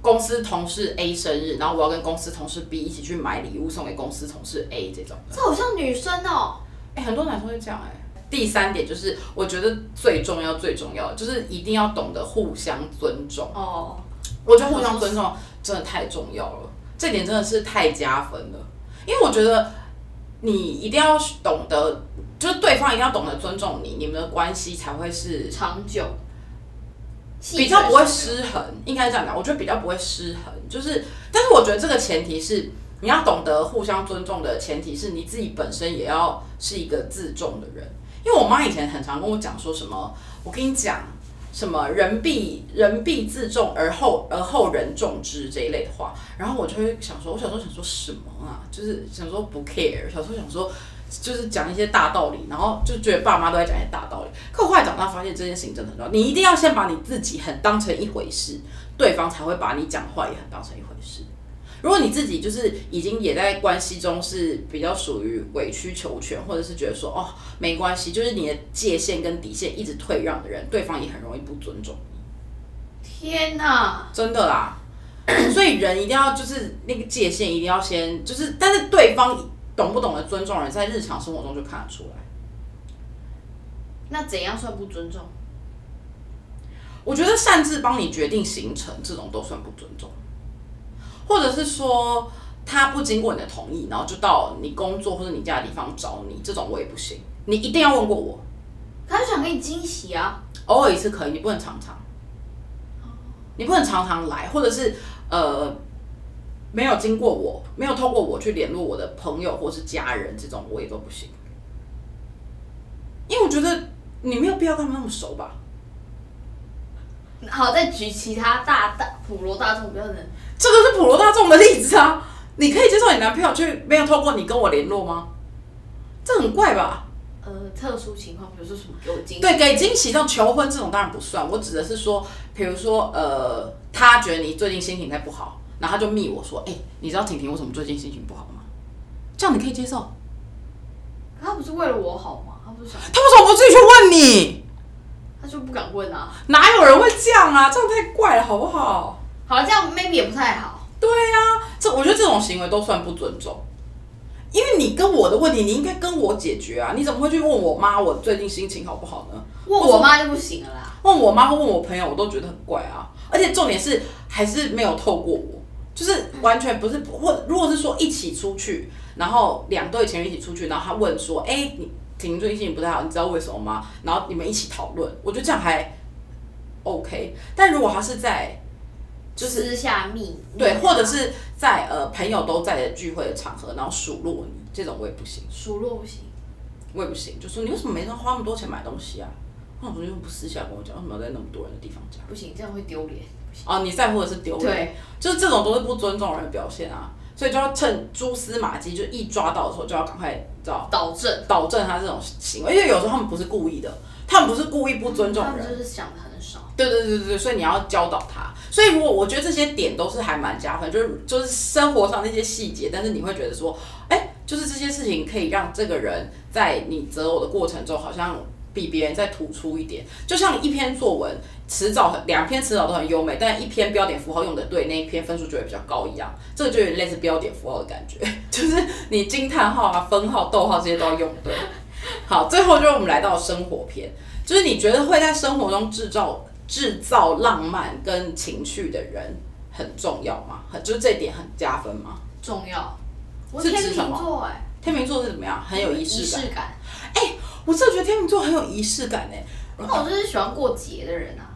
公司同事 A 生日，然后我要跟公司同事 B 一起去买礼物送给公司同事 A 这种的。这好像女生哦、哎、很多男生会这样哎、第三点就是，我觉得最重要最重要的就是一定要懂得互相尊重。哦，我觉得互相尊重真的太重要了，这点真的是太加分了。因为我觉得你一定要懂得，就是对方一定要懂得尊重你，你们的关系才会是长久，比较不会细水失衡，应该这样讲。我觉得比较不会失衡，就是，但是我觉得这个前提是你要懂得互相尊重的前提是你自己本身也要是一个自重的人。因为我妈以前很常跟我讲说什么，我跟你讲什么人必人必自重而后而后人重之这一类的话，然后我就会想说，我小时候想说什么啊，就是想说不 care，小时候想说。就是讲一些大道理，然后就觉得爸妈都在讲一些大道理。可我后来长大发现这件事情真的很重要，你一定要先把你自己很当成一回事，对方才会把你讲的话也很当成一回事。如果你自己就是已经也在关系中是比较属于委曲求全，或者是觉得说哦没关系，就是你的界限跟底线一直退让的人，对方也很容易不尊重你。天哪，真的啦，所以人一定要就是那个界限一定要先就是，但是对方懂不懂得尊重人，在日常生活中就看得出来。那怎样算不尊重？我觉得擅自帮你决定行程这种都算不尊重，或者是说他不经过你的同意，然后就到你工作或者你家的地方找你，这种我也不行。你一定要问过我，他就想给你惊喜啊，偶尔一次可以，你不能常常，你不能常常来，或者是呃没有经过我，没有透过我去联络我的朋友或是家人，这种我也都不行，因为我觉得你没有必要跟他们那么熟吧。好，再举其他大大普罗大众比较能，这个是普罗大众的例子啊！你可以接受你男朋友却没有透过你跟我联络吗？这很怪吧？呃特殊情况，比如说什么给我惊喜，对，给惊喜像求婚这种当然不算，我指的是说，比如说呃，他觉得你最近心情在不好，然后他就密我说，哎、你知道婷婷为什么最近心情不好吗？这样你可以接受？可他不是为了我好吗？他不是想他为什么不自己去问你？他就不敢问啊。哪有人会这样啊？这样太怪了，好不好？好了，这样 maybe 也不太好。对啊，这我觉得这种行为都算不尊重，因为你跟我的问题，你应该跟我解决啊！你怎么会去问我妈我最近心情好不好呢？问我妈就不行了啦。问我妈或问我朋友，我都觉得很怪啊。而且重点是还是没有透过我，就是完全不是或如果是说一起出去，然后两对情侣一起出去，然后他问说：“哎、你婷最近心情不太好，你知道为什么吗？”然后你们一起讨论，我觉得这样还 OK。但如果他是在就是私下密啊对，或者是在呃朋友都在的聚会的场合，然后数落你，这种我也不行，数落不行。我也不行。就说你为什么没花那么多钱买东西啊？那我说你为什么不私下跟我讲？为什么要在那么多人的地方讲？不行，这样会丢脸。哦，你在乎的是丢脸，对，就是这种都是不尊重人的表现啊。所以就要趁蛛丝马迹，就一抓到的时候就要赶快，你知道，导正。导正他这种行为，因为有时候他们不是故意的，他们不是故意不尊重他们人就，是想的很少。对对对对对，所以你要教导他。所以如果我觉得这些点都是还蛮加分，就是就是生活上那些细节，但是你会觉得说，哎、就是这些事情可以让这个人在你择偶的过程中，好像比别人再突出一点。就像你一篇作文，词藻很两篇词藻都很优美，但一篇标点符号用的对，那一篇分数就会比较高一样。这个就有点类似标点符号的感觉， *laughs* 就是你惊叹号啊、分号、逗号这些都要用对。好，最后就是我们来到生活篇，就是你觉得会在生活中制造制造浪漫跟情趣的人很重要吗？很就是这一点很加分吗？重要。我是指天秤什么座哎，天秤座是怎么样？很有仪仪式感。式感。我真的觉得天秤座很有仪式感哎、那我就是喜欢过节的人啊。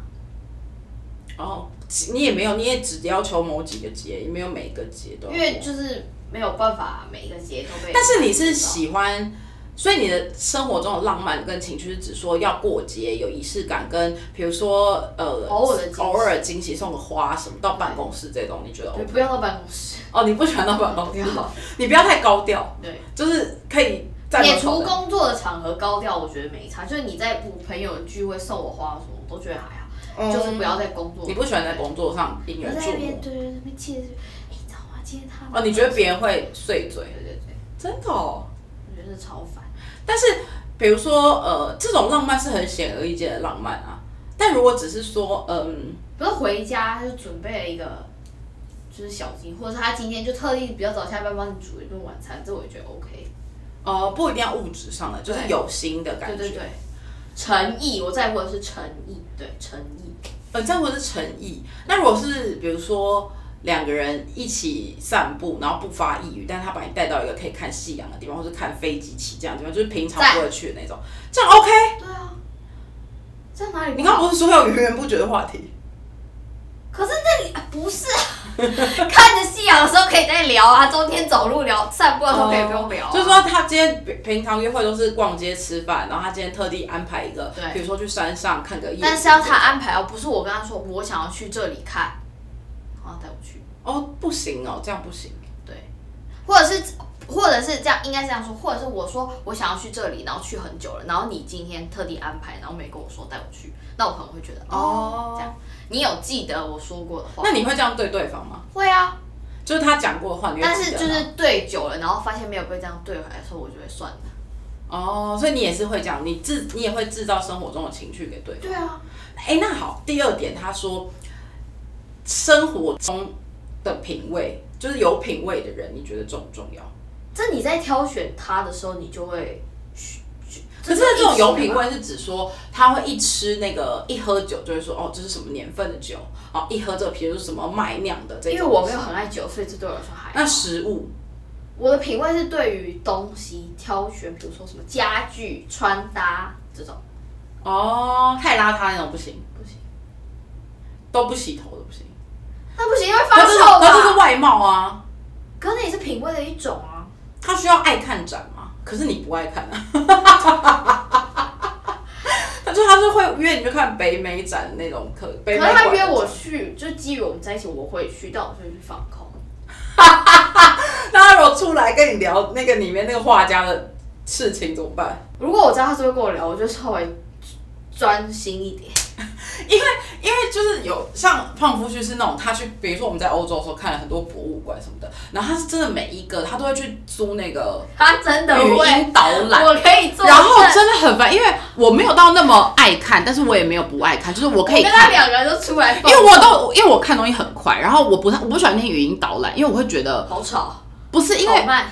哦，你也没有，你也只要求某几个节，也没有每个节都要因为就是没有办法每一个节都啊被。但是你是喜欢，所以你的生活中的浪漫跟情趣是指说要过节有仪式感，跟比如说呃偶尔的惊喜偶尔惊喜送个花什么到办公室这种，你觉得对，哦不要到办公室，哦你不喜欢到办公不室要，你不要太高调，对，就是可以在解门除口的工作的场合高调，我觉得没差。就是你在我朋友聚会送我花什么，我都觉得还好，就是不要在工作。哦你不喜欢在工作上引我人在注那边目对对对，那边气的，哎，你知道吗？今天他哦，你觉得别人会碎嘴，对对对，真的哦。我觉得是超烦。但是比如说呃，这种浪漫是很显而易见的浪漫啊。但如果只是说嗯。不是回家就准备了一个。就是小金，或者是他今天就特地比较早下班帮你煮一顿晚餐，这我也觉得 OK。呃，不一定要物质上的，就是对有心的感对觉。对对，诚意，我在乎的是诚意，对诚意。呃，这样或是诚意。那如果是比如说两个人一起散步，然后不发一语，但是他把你带到一个可以看夕阳的地方，或是看飞机起降的地方，就是平常在不会去的那种，这样 OK？对啊，在哪里不好？你刚刚不是说要源源不绝的话 *laughs* 题？可是这里啊 *laughs* 不是、啊，看着夕阳的时候可以再聊啊，中间走路聊、散哦步的时候可以不用聊啊、就是说他今天平平常约会都是逛街吃饭，然后他今天特地安排一个对，比如说去山上看个夜景这种。但是要他安排哦，不是我跟他说我想要去这里看，然后带我去，哦，不行哦，这样不行。或者是或者是这样，应该这样说，或者是我说我想要去这里，然后去很久了，然后你今天特地安排，然后没跟我说带我去，那我可能会觉得哦哦，这样你有记得我说过的话那，你会这样对对方吗？会啊，就是他讲过的话，你会但记是得就吗是对久了，然后发现没有被这样对回来的时候，我就会算了。哦，所以你也是会这样，你制你也会制造生活中的情绪给对方。对啊，哎、那好，第二点他说，生活中的品味，就是有品味的人，你觉得重不重要？这你在挑选他的时候，你就会去。可是这种有品味是指说，他会一吃那个一喝酒就会说，哦，这是什么年份的酒，哦，一喝这个啤酒是什么麦酿的这种。这是一起的嘛，因为我没有很爱酒，所以这对我来说还好那食物，我的品味是对于东西挑选，比如说什么家具、穿搭这种哦，太邋遢那种不行，不行，都不洗头的不行。那不行，因为那发这是臭那这是吧。外貌啊，可是那也是品味的一种啊。他需要爱看展吗？可是你不爱看啊。 *laughs* 他就他是会约你去看北美展那种可可北是美馆他约我去，就基于我们在一起，我会去，但我就会去放空。那他如果出来跟你聊那个里面那个画家的事情怎么办？如果我知道他是会跟我聊，我就稍微专心一点。因为就是有像胖夫婿是那种他去，比如说我们在欧洲的时候看了很多博物馆什么的，然后他是真的每一个他都会去租那个他真的语会，音导览，我可以做。然后真的很烦，因为我没有到那么爱看，但是我也没有不爱看，就是我可以跟他看，两个人都出来因放，为我都因为我看东西很快，然后我不太我不喜欢听语音导览，因为我会觉得好吵，不是因为好慢，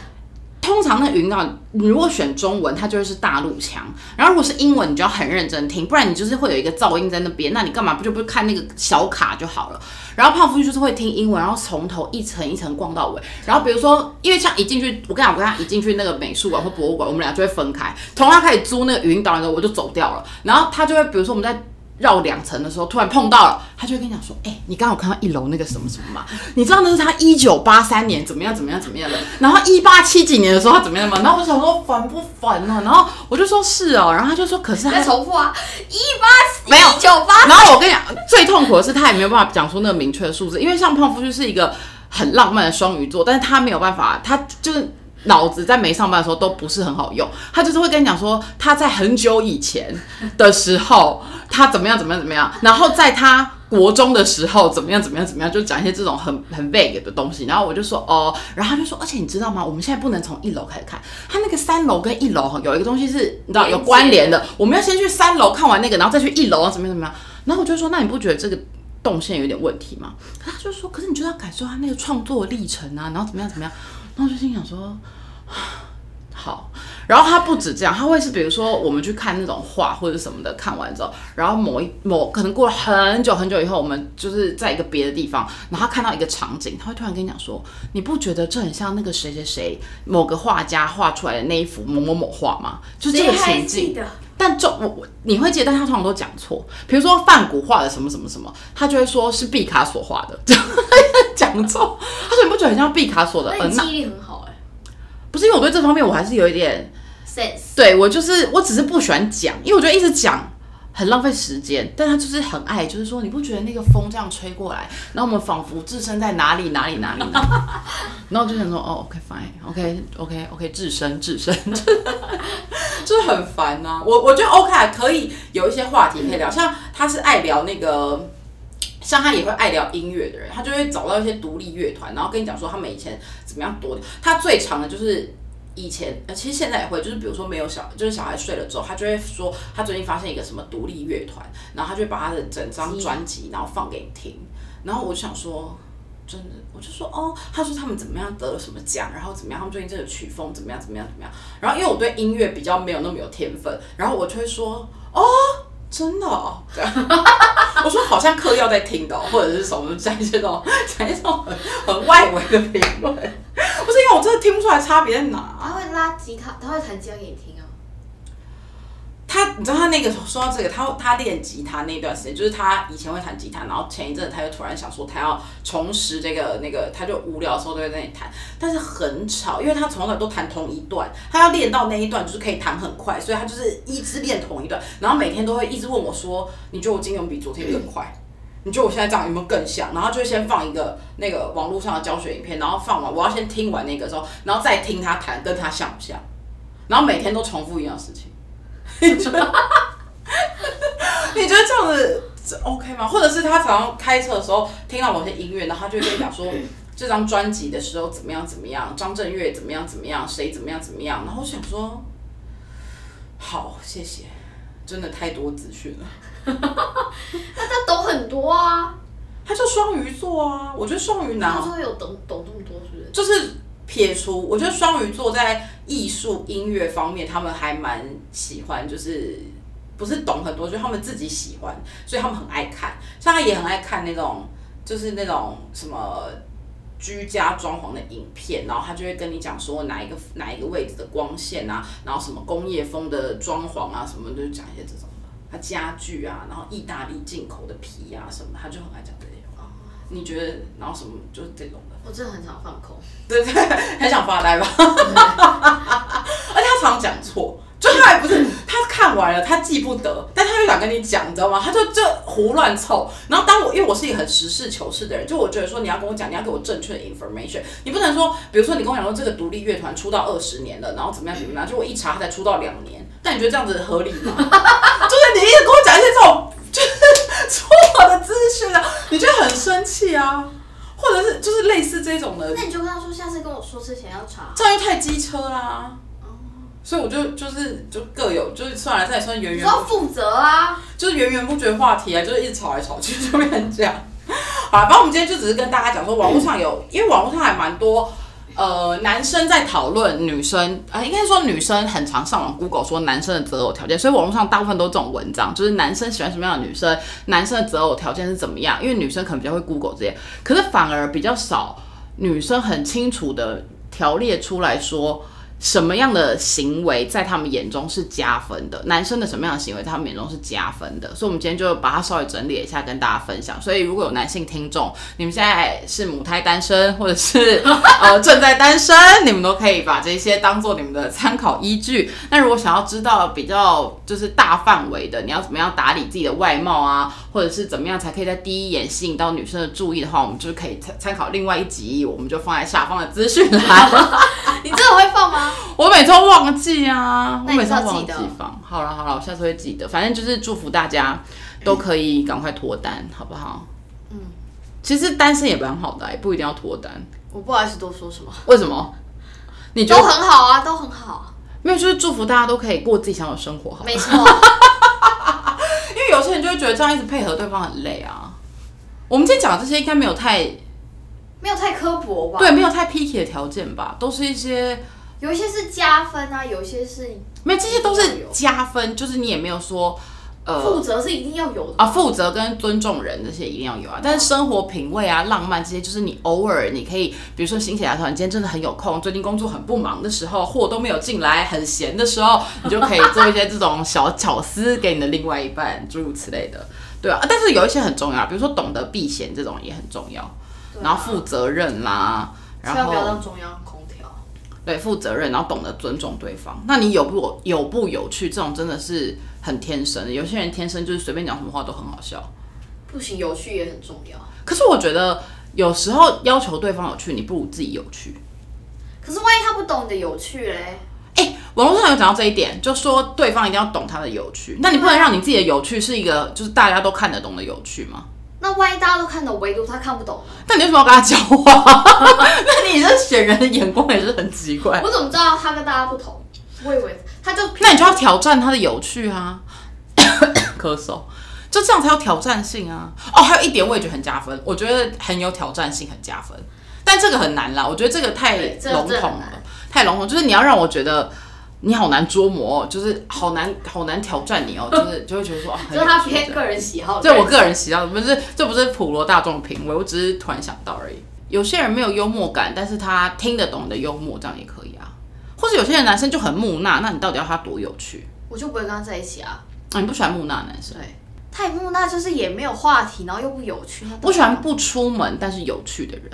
通常那云港，你如果选中文，它就会是大陆腔；然后如果是英文，你就要很认真听，不然你就是会有一个噪音在那边。那你干嘛不就不看那个小卡就好了？然后胖夫就是会听英文，然后从头一层一层逛到尾。然后比如说，因为像一进去，我跟你讲，我跟他一进去那个美术馆或博物馆，我们俩就会分开。从他开始租那个语音导览的时候，我就走掉了。然后他就会，比如说我们在。绕两层的时候，突然碰到了，他就会跟你讲说：“哎、你刚刚有看到一楼那个什么什么吗？你知道那是他一九八三年怎么样怎么样怎么样的，然后一八七几年的时候他怎么样嘛？”然后我就想说烦不烦啊呢、然后我就说是哦，然后他就说：“可是他再重复啊，一八没有一九 *laughs* 八，然后我跟你讲，最痛苦的是他也没有办法讲出那个明确的数字，因为像胖夫就是一个很浪漫的双鱼座，但是他没有办法，他就是。脑子在没上班的时候都不是很好用，他就是会跟你讲说他在很久以前的时候他怎么样怎么样怎么样，然后在他国中的时候怎么样怎么样怎么样，就讲一些这种很很 vague 的东西，然后我就说哦，然后他就说，而且你知道吗？我们现在不能从一楼开始看，他那个三楼跟一楼有一个东西是你知道有关联的，我们要先去三楼看完那个，然后再去一楼怎么样怎么样，然后我就说，那你不觉得这个动线有点问题吗？可是他就说，可是你就要感受他那个创作历程啊，然后怎么样怎么样。然后我就心想说，啊好。然后他不止这样，他会是比如说我们去看那种画或者什么的，看完之后，然后某一某可能过了很久很久以后，我们就是在一个别的地方，然后他看到一个场景，他会突然跟你讲说，你不觉得这很像那个谁谁谁某个画家画出来的那一幅某某某画吗？就这个谁还情记境。得？但就我我你会记得，但他通常都讲错。比如说梵谷画的什么什么什么，他就会说是毕卡索画的， *laughs* 就讲错。他说你不觉得很像毕卡索的？那嗯，你那记忆力很好哎不是因为我对这方面我还是有一点， ，sense 对我就是我只是不喜欢讲，因为我觉得一直讲很浪费时间。但他就是很爱，就是说你不觉得那个风这样吹过来，然后我们仿佛置身在哪里哪里哪里哪里， *laughs* 然后我就想说哦，OK fine OK OK OK 置身置身， *laughs* 就是很烦呐、我我觉得 OK 啊可以有一些话题可以聊，像他是爱聊那个，像他也会爱聊音乐的人，他就会找到一些独立乐团，然后跟你讲说他们以前怎么样多。他最长的就是以前，呃，其实现在也会，就是比如说没有小，就是小孩睡了之后，他就会说他最近发现一个什么独立乐团，然后他就会把他的整张专辑然后放给你听，然后我就想说。真的，我就说哦，他说他们怎么样得了什么奖，然后怎么样，他们最近这个曲风怎么样怎么样怎么样。然后因为我对音乐比较没有那么有天分，然后我就会说哦，真的、哦， *laughs* 这样。我说好像嗑药在听的哦、或者是什么 *laughs* 讲一些这种讲一些这种很很外围的评论， *laughs* 不是因为我真的听不出来差别在哪。啊他会拉吉他，他会弹吉他给你听啊。他，你知道他那个说到这个，他他练吉他那段时间，就是他以前会弹吉他，然后前一阵他又突然想说他要重拾这个那个，他就无聊的时候都会在那里弹，但是很吵，因为他从来都弹同一段，他要练到那一段就是可以弹很快，所以他就是一直练同一段，然后每天都会一直问我说，你觉得我今天比昨天更快？你觉得我现在这样有没有更像？然后就会先放一个那个网络上的教学影片，然后放完，我要先听完那个之后，然后再听他弹，跟他像不像？然后每天都重复一样的事情。 *laughs* 你觉得这样子这 OK 吗？或者是他常常开车的时候听到某些音乐，然后他就会跟你讲说这张专辑的时候怎么样怎么样，张震岳怎么样怎么样，谁怎么样怎么样，然后我想说，好，谢谢，真的太多资讯了。那他懂很多啊，他就双鱼座啊，我觉得双鱼男他好像说有懂懂这么多是不是？就是撇除，我觉得双鱼座在艺术音乐方面，他们还蛮喜欢，就是不是懂很多，就是他们自己喜欢，所以他们很爱看。像他也很爱看那种，就是那种什么。居家装潢的影片，然后他就会跟你讲说哪一个哪一个位置的光线啊，然后什么工业风的装潢啊，什么的就讲一些这种的。他家具啊，然后意大利进口的皮啊什么的，他就很爱讲这些话。你觉得，然后什么就是这种的。我真的很想放空，对对， *laughs* 很想发呆吧。 *laughs* 而且他常常讲错，就他还不是他看完了，他记不得，但他又想跟你讲，你知道吗？他就就胡乱凑。然后当我因为我是一个很实事求是的人，就我觉得说你要跟我讲，你要给我正确的 information，你不能说，比如说你跟我讲说这个独立乐团出道二十年了，然后怎么样怎么样，就我一查他才出道两年，但你觉得这样子合理吗？就是你一直跟我讲一些这种就是错的资讯啊，你就很生气啊，或者是就是类似这种的那，你就跟他说，下次跟我说之前要查。这样又太机车啦、哦所以我就就是就各有就是算了，再算圆你圆要负责啊！就是源源不绝的话题啊，就是一直吵来吵去，就变成这样。好啦，反正我们今天就只是跟大家讲说，网络上有，因为网络上还蛮多。呃，男生在讨论女生，啊、应该说女生很常上网 Google 说男生的择偶条件，所以网络上大部分都这种文章，就是男生喜欢什么样的女生，男生的择偶条件是怎么样，因为女生可能比较会 Google 这些，可是反而比较少女生很清楚的条列出来说，什么样的行为在他们眼中是加分的，男生的什么样的行为在他们眼中是加分的，所以我们今天就把它稍微整理一下跟大家分享。所以如果有男性听众，你们现在是母胎单身，或者是呃正在单身，你们都可以把这些当做你们的参考依据。那如果想要知道比较就是大范围的，你要怎么样打理自己的外貌啊，或者是怎么样才可以在第一眼吸引到女生的注意的话，我们就是可以参参考另外一集，我们就放在下方的资讯栏。啊你真的会放吗？我每次都忘记啊，我那你每次都要忘记记得放。好了好了，我下次会记得。反正就是祝福大家都可以赶快脱单，好不好？嗯嗯，其实单身也蛮好的啊、也不一定要脱单。我不好意思多说什么，为什么？你就都很好啊，都很好，没有，就是祝福大家都可以过自己想要的生活，好不好。 *laughs* 没错。因为有些人就会觉得这样一直配配合对方很累啊。我们今天讲的这些应该没有太没有太刻薄吧？对，没有太 picky 的条件吧，都是一些有一些是加分啊，有一些是没有这些都一定是要有加分，就是你也没有说呃负责是一定要有的啊，负责跟尊重人这些一定要有啊，但是生活品味啊、浪漫这些，就是你偶尔你可以，比如说心血来潮，你今天真的很有空，最近工作很不忙的时候，货都没有进来，很闲的时候，你就可以做一些这种小巧思给你的另外一半，诸如此类的，对啊。啊但是有一些很重要，比如说懂得避嫌这种也很重要，对啊然后负责任啦，千然万不要后当中央空调。对负责任，然后懂得尊重对方。那你有不有不有趣，这种真的是很天生的，有些人天生就是随便讲什么话都很好笑。不行，有趣也很重要。可是我觉得有时候要求对方有趣，你不如自己有趣。可是万一他不懂你的有趣嘞？哎、网络上有讲到这一点，就说对方一定要懂他的有趣，那你不能让你自己的有趣是一个就是大家都看得懂的有趣吗？那万一大家都看懂，唯独他看 *laughs* 不懂呢？但你为什么要跟他交往？ *laughs* 那你这选人的眼光也是很奇怪。我怎么知道他跟大家不同？我以为他就那你就要挑战他的有趣啊， *coughs* 咳嗽，就这样才有挑战性啊。哦，还有一点我也觉得很加分，我觉得很有挑战性，很加分。但这个很难啦，我觉得这个太对这个笼真的统很了难，太笼统，就是你要让我觉得。你好难捉摸哦，就是好难好难挑战你哦，就是就会觉得说，啊很 *laughs* 就有是他趣偏这样个人喜好。这我个人喜好，不是这不是普罗大众的品味，我只是突然想到而已。有些人没有幽默感，但是他听得懂你的幽默，这样也可以啊。或者有些人男生就很木讷，那你到底要他多有趣？我就不会跟他在一起啊。啊，你不喜欢木讷的男生，对，太木讷就是也没有话题，然后又不有趣。我喜欢不出门但是有趣的人，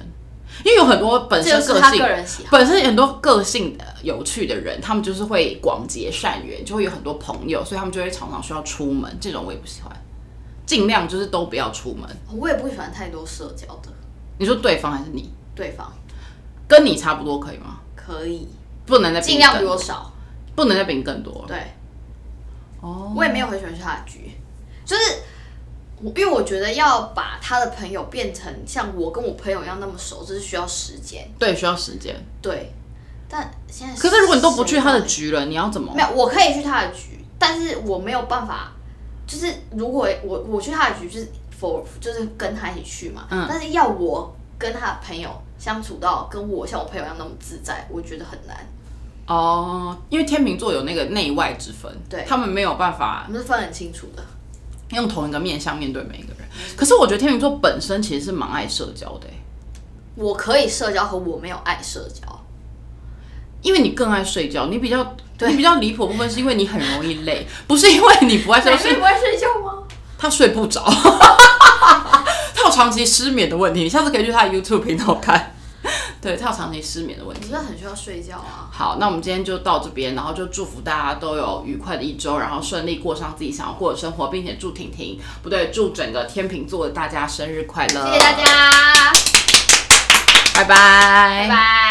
因为有很多本身这就是个他性个人喜好。本身很多个性的有趣的人，他们就是会广结善缘，就会有很多朋友，所以他们就会常常需要出门。这种我也不喜欢，尽量就是都不要出门。我也不喜欢太多社交的你说对方还是你？对方，跟你差不多可以吗？可以不能再比你尽量更比我少。不能再比你更多了。对，哦，我也没有很喜欢去他的局，就是我因为我觉得要把他的朋友变成像我跟我朋友一样那么熟，这是需要时间。对，需要时间。对，但现在可是如果你都不去他的局谁管了，你要怎么没？有，我可以去他的局，但是我没有办法，就是如果我我去他的局，就是 for 就是跟他一起去嘛，嗯但是要我跟他的朋友相处到跟我像我朋友一样那么自在，我觉得很难。哦，因为天秤座有那个内外之分，对他们没有办法我们是分很清楚的，用同一个面向面对每一个人。可是我觉得天秤座本身其实是蛮爱社交的欸，我可以社交和我没有爱社交，因为你更爱睡觉，你比较你比较离谱的部分是因为你很容易累， *laughs* 不是因为你不爱睡觉，是哎 *laughs* 不爱睡觉吗？他睡不着， *laughs* 他有长期失眠的问题。你下次可以去他的 YouTube 频道看。对他有长期失眠的问题你。真的很需要睡觉啊。好，那我们今天就到这边，然后就祝福大家都有愉快的一周，然后顺利过上自己想要过的生活，并且祝婷婷不对，祝整个天秤座的大家生日快乐，谢谢大，家，拜拜，拜拜。